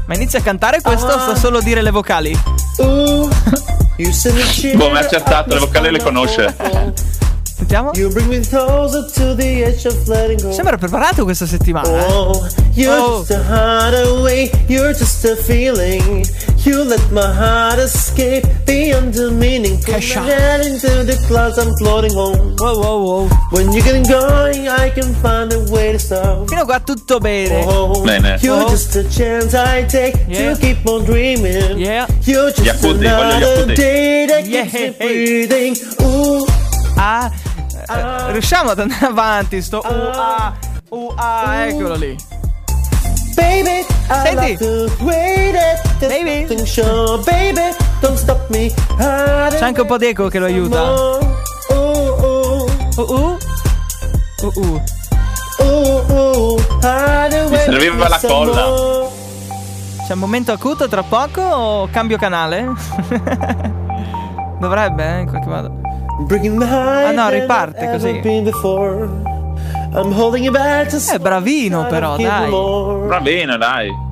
S2: Ma inizia a cantare questo
S11: Ah.
S2: o sta solo a dire le vocali?
S4: Boh, mi ha accertato, le vocali le conosce.
S2: Sentiamo. Sembra preparato questa settimana. eh.
S11: You're
S2: Oh.
S11: just a hideaway, you're just a feeling. You let my heart escape beyond the meaning. Put
S2: Kesha.
S11: my head into the clouds, I'm floating home.
S2: Wow, wow,
S11: oh,
S2: wow.
S11: When you get going, I can find a way to stop.
S2: Fino a qua tutto bene.
S11: Oh,
S4: Bene.
S11: You're
S2: Oh.
S11: just a chance I take
S2: Yeah.
S11: to keep on dreaming.
S2: Yeah.
S11: You're just
S4: Yakuti, voglio
S11: another
S4: Yakuti.
S11: day that
S2: Yeah.
S11: keeps me breathing. Ooh,
S2: Ah. eh,
S11: Ah. Uh.
S2: Riusciamo ad andare avanti, sto UA, UA, eccolo lì.
S11: Baby, I
S2: Senti.
S11: like the way that this thing show. Baby, don't stop me.
S2: C'è anche un po' d'eco che lo aiuta. ah.
S11: Uh,
S2: uh. Uh, uh.
S11: Uh, uh. Mi
S4: serviva la colla.
S2: C'è un momento acuto tra poco o cambio canale? Dovrebbe, eh, in qualche modo. Ah no, riparte così. È bravino però, dai.
S4: Va bene, dai.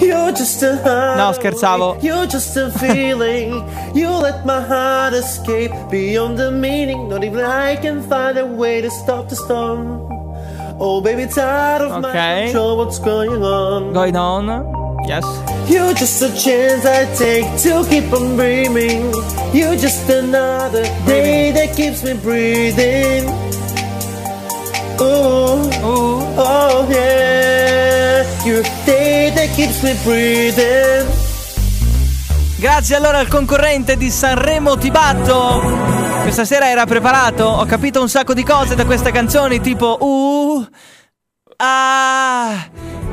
S11: You're just a
S2: No, scherzavo.
S11: You're just a feeling. you let my heart escape beyond the meaning. Not even I can find a way to stop the storm. Oh, baby, it's out of my
S2: Okay.
S11: control. What's going on?
S2: Going on. Yes.
S11: You're just a chance I take to keep on dreaming. You're just another day that keeps me breathing. Ooh, oh yeah. You're a day that keeps me breathing.
S2: Grazie allora al concorrente di Sanremo Tibatto. Questa sera era preparato, ho capito un sacco di cose da questa canzone, tipo uh ah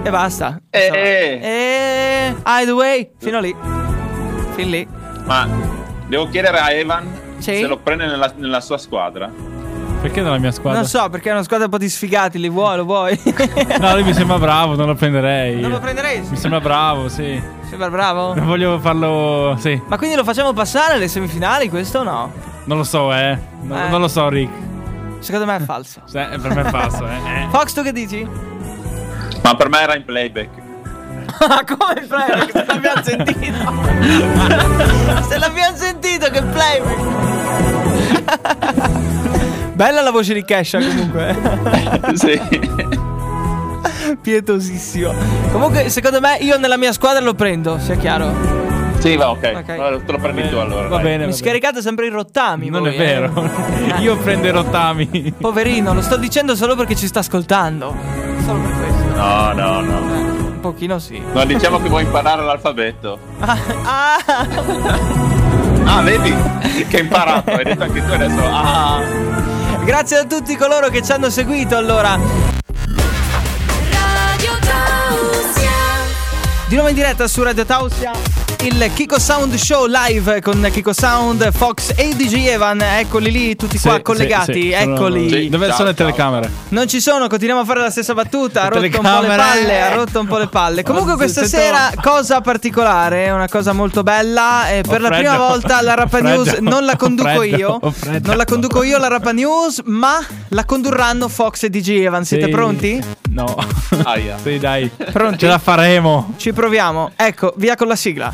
S2: e basta.
S4: Eh, eh.
S2: eh either way, fino lì. Fin lì.
S4: Ma devo chiedere a Evan
S2: Sì?
S4: se lo prende nella, nella sua squadra.
S3: Perché nella mia squadra?
S2: Non so, perché è una squadra un po' di sfigati, li vuoi, lo vuoi.
S3: No, lui mi sembra bravo, non lo prenderei.
S2: non lo prenderei?
S3: Mi sembra bravo, sì.
S2: Sembra bravo.
S3: Non voglio farlo. Sì.
S2: Ma quindi lo facciamo passare alle semifinali, questo o no?
S3: Non lo so, eh. Non,
S2: Eh.
S3: non lo so, Rick.
S2: Secondo me è falso.
S3: Sì, per me è falso, eh. Eh.
S2: Fox, tu che dici?
S4: Ma per me era in playback.
S2: Ah, come il playback? Se l'abbiamo sentito. Se l'abbiamo sentito che playback. Bella la voce di Kesha comunque. eh.
S4: sì.
S2: Pietosissimo. Comunque, secondo me io nella mia squadra lo prendo, sia chiaro.
S4: Sì, va, ok. Allora, te lo prendi tu allora.
S3: Va
S4: dai.
S3: bene.
S2: Mi scaricate sempre i rottami.
S3: Non
S2: voi,
S3: è
S2: eh.
S3: vero. Io prendo i rottami.
S2: Poverino, lo sto dicendo solo perché ci sta ascoltando. Solo per questo.
S4: No, no, no.
S2: Un pochino sì.
S4: No, diciamo che vuoi imparare l'alfabeto.
S2: Ah,
S4: Ah, vedi? Che hai imparato. Hai detto anche tu adesso. Ah.
S2: Grazie a tutti coloro che ci hanno seguito allora. Di nuovo in diretta su Radio Tausia. Il Kiko Sound Show live con Kiko Sound, Fox e DJ Evan. Eccoli lì, tutti qua
S3: Sì,
S2: collegati.
S3: sì, sì. Sono-
S2: Eccoli.
S3: Sì, Dove sono le telecamere?
S2: Non ci sono, continuiamo a fare la stessa battuta. Ha
S3: Le
S2: rotto un po' le
S3: telecamere.
S2: palle, ha rotto un po' le palle. Comunque,
S3: Oh,
S2: questa
S3: sento-
S2: sera, cosa particolare, una cosa molto bella. eh, per la
S3: freddo.
S2: prima volta la Rapa
S3: Ho
S2: News
S3: freddo.
S2: non la
S3: Ho
S2: conduco
S3: freddo.
S2: io.
S3: Ho freddo.
S2: Non la conduco io la Rapa News, ma la condurranno Fox e DJ Evan. Siete
S3: Sì.
S2: pronti?
S3: No.
S4: Aia.
S3: Sì, dai.
S2: Pronti?
S3: Ce la faremo.
S2: Ci proviamo. Ecco, via con la sigla.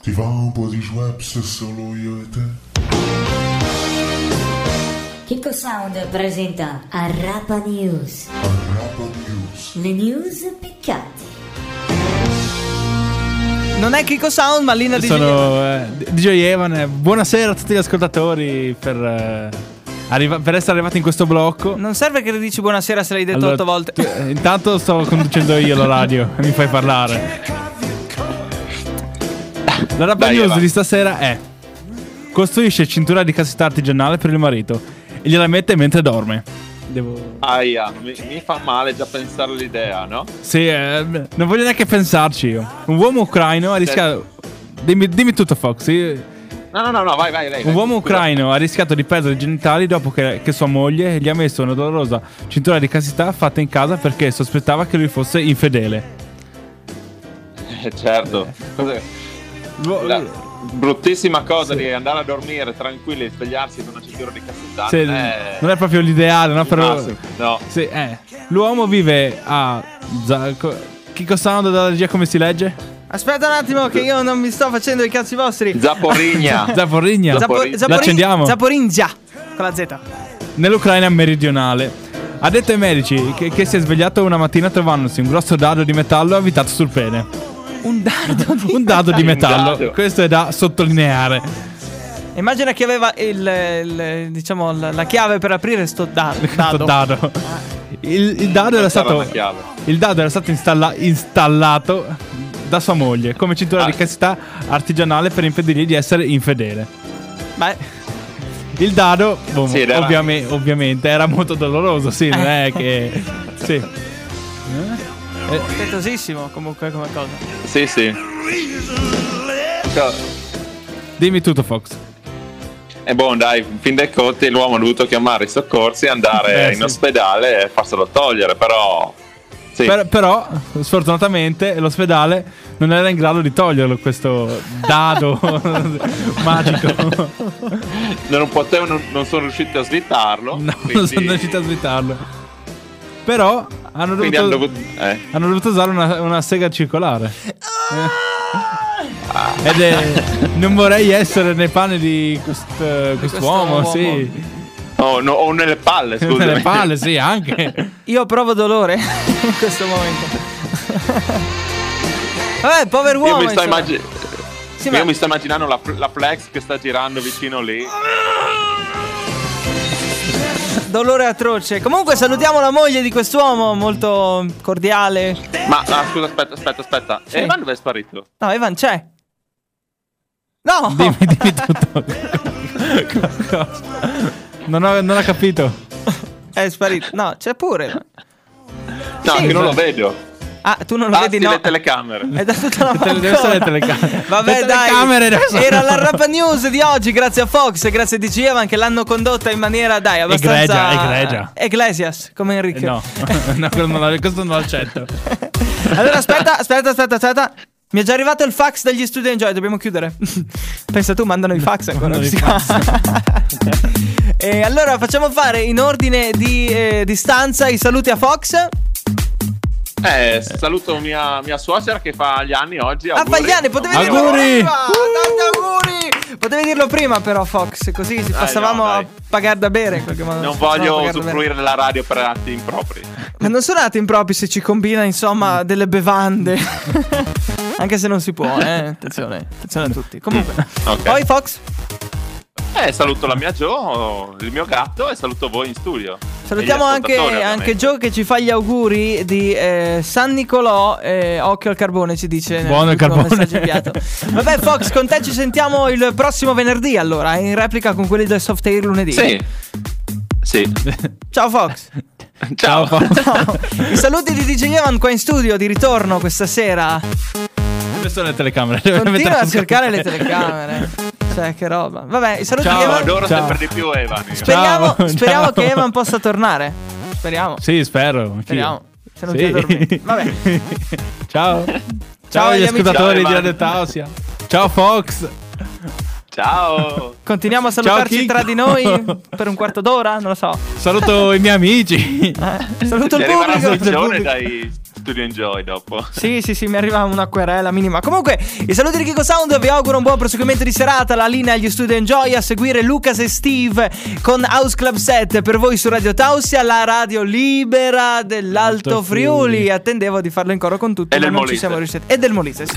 S1: Ti va un po' di Schweppes solo io e te?
S12: Kiko Sound presenta Arrapa News. Le news piccanti.
S2: Non è Kiko Sound, ma Lina DJ
S3: Sono eh, DJ Evan. eh, Buonasera a tutti gli ascoltatori per, eh, arriva- per essere arrivati in questo blocco.
S2: Non serve che le dici buonasera se l'hai detto
S3: Allora,
S2: otto volte.
S3: tu- eh, intanto sto conducendo io la radio e mi fai parlare. La Rabba
S4: Dai,
S3: News
S4: Eva.
S3: di stasera è: Costruisce cintura di cassetta artigianale per il marito e gliela mette mentre dorme.
S4: Aia. Mi, mi fa male già pensare all'idea, no?
S3: Sì, eh, non voglio neanche pensarci io. Un uomo ucraino ha rischiato.
S4: Certo.
S3: Dimmi, dimmi tutto, Foxy.
S4: No, no, no, no, vai, vai, lei.
S3: Un
S4: vai.
S3: uomo
S4: Eh, Scusa.
S3: ucraino ha rischiato di perdere i genitali dopo che, che sua moglie gli ha messo una dolorosa cintura di castità fatta in casa perché sospettava che lui fosse infedele.
S4: Eh, certo. Cos'è? La bruttissima cosa di andare a dormire tranquilli e svegliarsi con una cintura di cassettata.
S3: Sì,
S4: eh,
S3: non è proprio l'ideale, no? Però,
S4: massimo. No.
S3: Sì, eh. L'uomo vive a. Za- co- Chico Sound dalla regia come si legge?
S2: Aspetta un attimo, che io non mi sto facendo i cazzi vostri.
S4: Zaporigna.
S3: Zaporigna.
S2: Zapo- Zaporin-
S3: L'accendiamo.
S2: Zaporinzia. Con la Z.
S3: Nell'Ucraina meridionale. Ha detto ai medici che, che si è svegliato una mattina trovandosi un grosso dado di metallo avvitato sul pene.
S2: Un dardo di,
S3: Un dado di metallo.
S4: dado.
S3: Questo è da sottolineare.
S2: Immagina che aveva il, il- diciamo, la, la chiave per aprire sto dado.
S3: Questo dado. Il, il dado era
S4: Sarà
S3: stato.
S4: una chiave.
S3: Il dado era stato installa- installato da sua moglie come cintura
S4: Ah.
S3: di castità artigianale per impedirgli di essere infedele.
S2: Beh,
S3: Il dado, boh,
S4: Sì, era-
S3: ovviame- ovviamente, era molto doloroso, sì, non è che... Sì.
S2: Tetosissimo comunque come cosa.
S4: Sì, sì.
S3: Dimmi tutto, Fox.
S4: E buon dai, fin dai conti l'uomo ha dovuto chiamare i soccorsi, andare
S3: Eh,
S4: in
S3: sì.
S4: ospedale e farselo togliere, però... Sì.
S3: Per- però, sfortunatamente, l'ospedale non era in grado di toglierlo questo dado magico.
S4: Non potevano, non, sono riusciti a slittarlo.
S3: non
S4: quindi,
S3: sono riuscito a svitarlo. Però hanno
S4: quindi
S3: dovuto,
S4: hanno dovuto... eh.
S3: hanno dovuto usare una, una sega circolare.
S2: Ah!
S3: Ed è, non vorrei essere nei panni di quest- quest'uomo,
S2: quest'uomo.
S3: sì.
S4: Oh, no, o nelle palle, scusa.
S3: Nelle palle, sì, anche.
S2: Io provo dolore in questo momento. Vabbè, povero uomo.
S4: Io mi sto,
S2: insomma.
S4: immagi-
S2: Sì,
S4: io
S2: ma-
S4: mi sto immaginando la, la flex che sta girando vicino lì.
S2: Dolore atroce. Comunque salutiamo la moglie di quest'uomo, molto cordiale.
S4: Ma ah, scusa, aspetta, aspetta, aspetta.
S2: Sì.
S4: E Ivan dove è sparito?
S2: No, Evan c'è. No!
S3: Non ho, non ho capito.
S2: È sparito. No, c'è pure.
S4: No,
S2: Sì,
S4: che non
S2: ma-
S4: lo vedo.
S2: Ah, tu non lo
S4: Basti
S2: vedi, no?
S4: le telecamere.
S2: È da tutta la
S4: Deve
S2: mancona.
S4: essere le telecamere.
S2: Vabbè,
S4: Le telecamere
S2: dai.
S4: adesso.
S2: Era la rap news di oggi, grazie a Fox e grazie a DC Evan che l'hanno condotta in maniera, dai, abbastanza.
S3: Egregia, egregia.
S2: Ecclesias, come
S4: Eh,
S2: Enrico.
S3: No, no, quello non lo- questo non lo accetto.
S2: Allora, aspetta, aspetta, aspetta, aspetta. Mi è già arrivato il fax dagli Studio Enjoy, dobbiamo chiudere. Pensa tu, mandano i fax ancora.
S3: Mandano i
S2: e allora facciamo fare in ordine di eh, distanza i saluti a Fox.
S4: Eh, saluto mia, mia suocera che fa gli anni oggi.
S2: A
S4: auguri.
S2: Pagliani, potevi dirlo prima! Tanti auguri! Potevi dirlo prima però Fox, così si
S4: no,
S2: passavamo
S4: dai.
S2: a pagare da bere in qualche modo.
S4: Non
S2: Si passavamo a
S4: voglio
S2: pagare da bere.
S4: usufruire della radio per atti impropri.
S2: Ma non sono atti impropri se ci combina, insomma, delle bevande. Anche se non si può, eh. Attenzione, attenzione a tutti. Comunque.
S4: Ok.
S2: Poi Fox,
S4: Eh, saluto la mia Jo, il mio gatto e saluto voi in studio.
S2: salutiamo
S4: E gli
S2: anche,
S4: ascoltatori,
S2: anche
S4: ovviamente.
S2: Joe che ci fa gli auguri di eh, San Nicolò. eh, occhio al carbone, ci dice. nel
S3: Buono il
S2: gruppo
S3: carbone.
S2: messaggio inviato. Vabbè, Fox, con te ci sentiamo il prossimo venerdì, allora, in replica con quelli del soft air lunedì.
S4: Sì. Sì.
S2: Ciao Fox.
S4: Ciao.
S2: I saluti di DJ Evan qua in studio di ritorno questa sera.
S3: Dove sono le telecamere?
S2: Continua a cercare le telecamere. Cioè, che roba. Vabbè, i saluti
S4: Ciao,
S2: di Evan.
S4: adoro
S3: Ciao.
S4: sempre di più Evan. io.
S2: Speriamo,
S3: Ciao,
S2: speriamo
S3: ciao.
S2: che Evan possa tornare. Speriamo.
S3: Sì, spero. anch'io.
S2: Speriamo. Se non
S3: Sì.
S2: ti addormenti. Vabbè.
S3: Ciao. Ciao,
S2: Ciao,
S3: agli
S2: agli amici. Ciao,
S3: ascoltatori di
S2: Evan.
S3: Radio Tausia. Ciao Fox.
S4: Ciao.
S2: Continuiamo a
S3: Ciao,
S2: salutarci
S3: Chicco.
S2: tra di noi per un quarto d'ora, non lo so.
S3: Saluto i miei
S2: Eh.
S3: amici.
S2: Saluto il
S4: Ti arriverà
S2: pubblico.
S4: un giorno dai Studio Enjoy dopo.
S2: Sì, sì, sì, mi arriva una querela minima. Comunque, i saluti di Kiko Sound, vi auguro un buon proseguimento di serata. La linea agli studio Enjoy, a seguire Lucas e Steve con House Club 7 per voi su Radio Tausia, la radio libera dell'Alto
S13: Alto
S2: Friuli.
S13: Friuli.
S2: Attendevo di farlo in coro con tutti,
S13: E
S2: ma
S13: del
S2: non ci
S13: Molise.
S2: siamo riusciti. E del Molise, sì.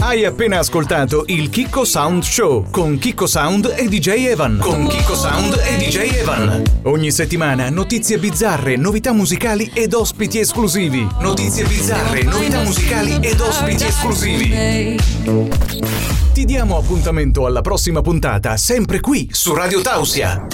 S5: Hai appena ascoltato il Kiko Sound Show con Kiko Sound e DJ Evan. Con Kiko Sound e DJ Evan. Ogni settimana notizie bizzarre, novità musicali ed ospiti esclusivi. Notizie bizzarre, novità musicali ed ospiti esclusivi. Ti diamo appuntamento alla prossima puntata, sempre qui su Radio Tausia.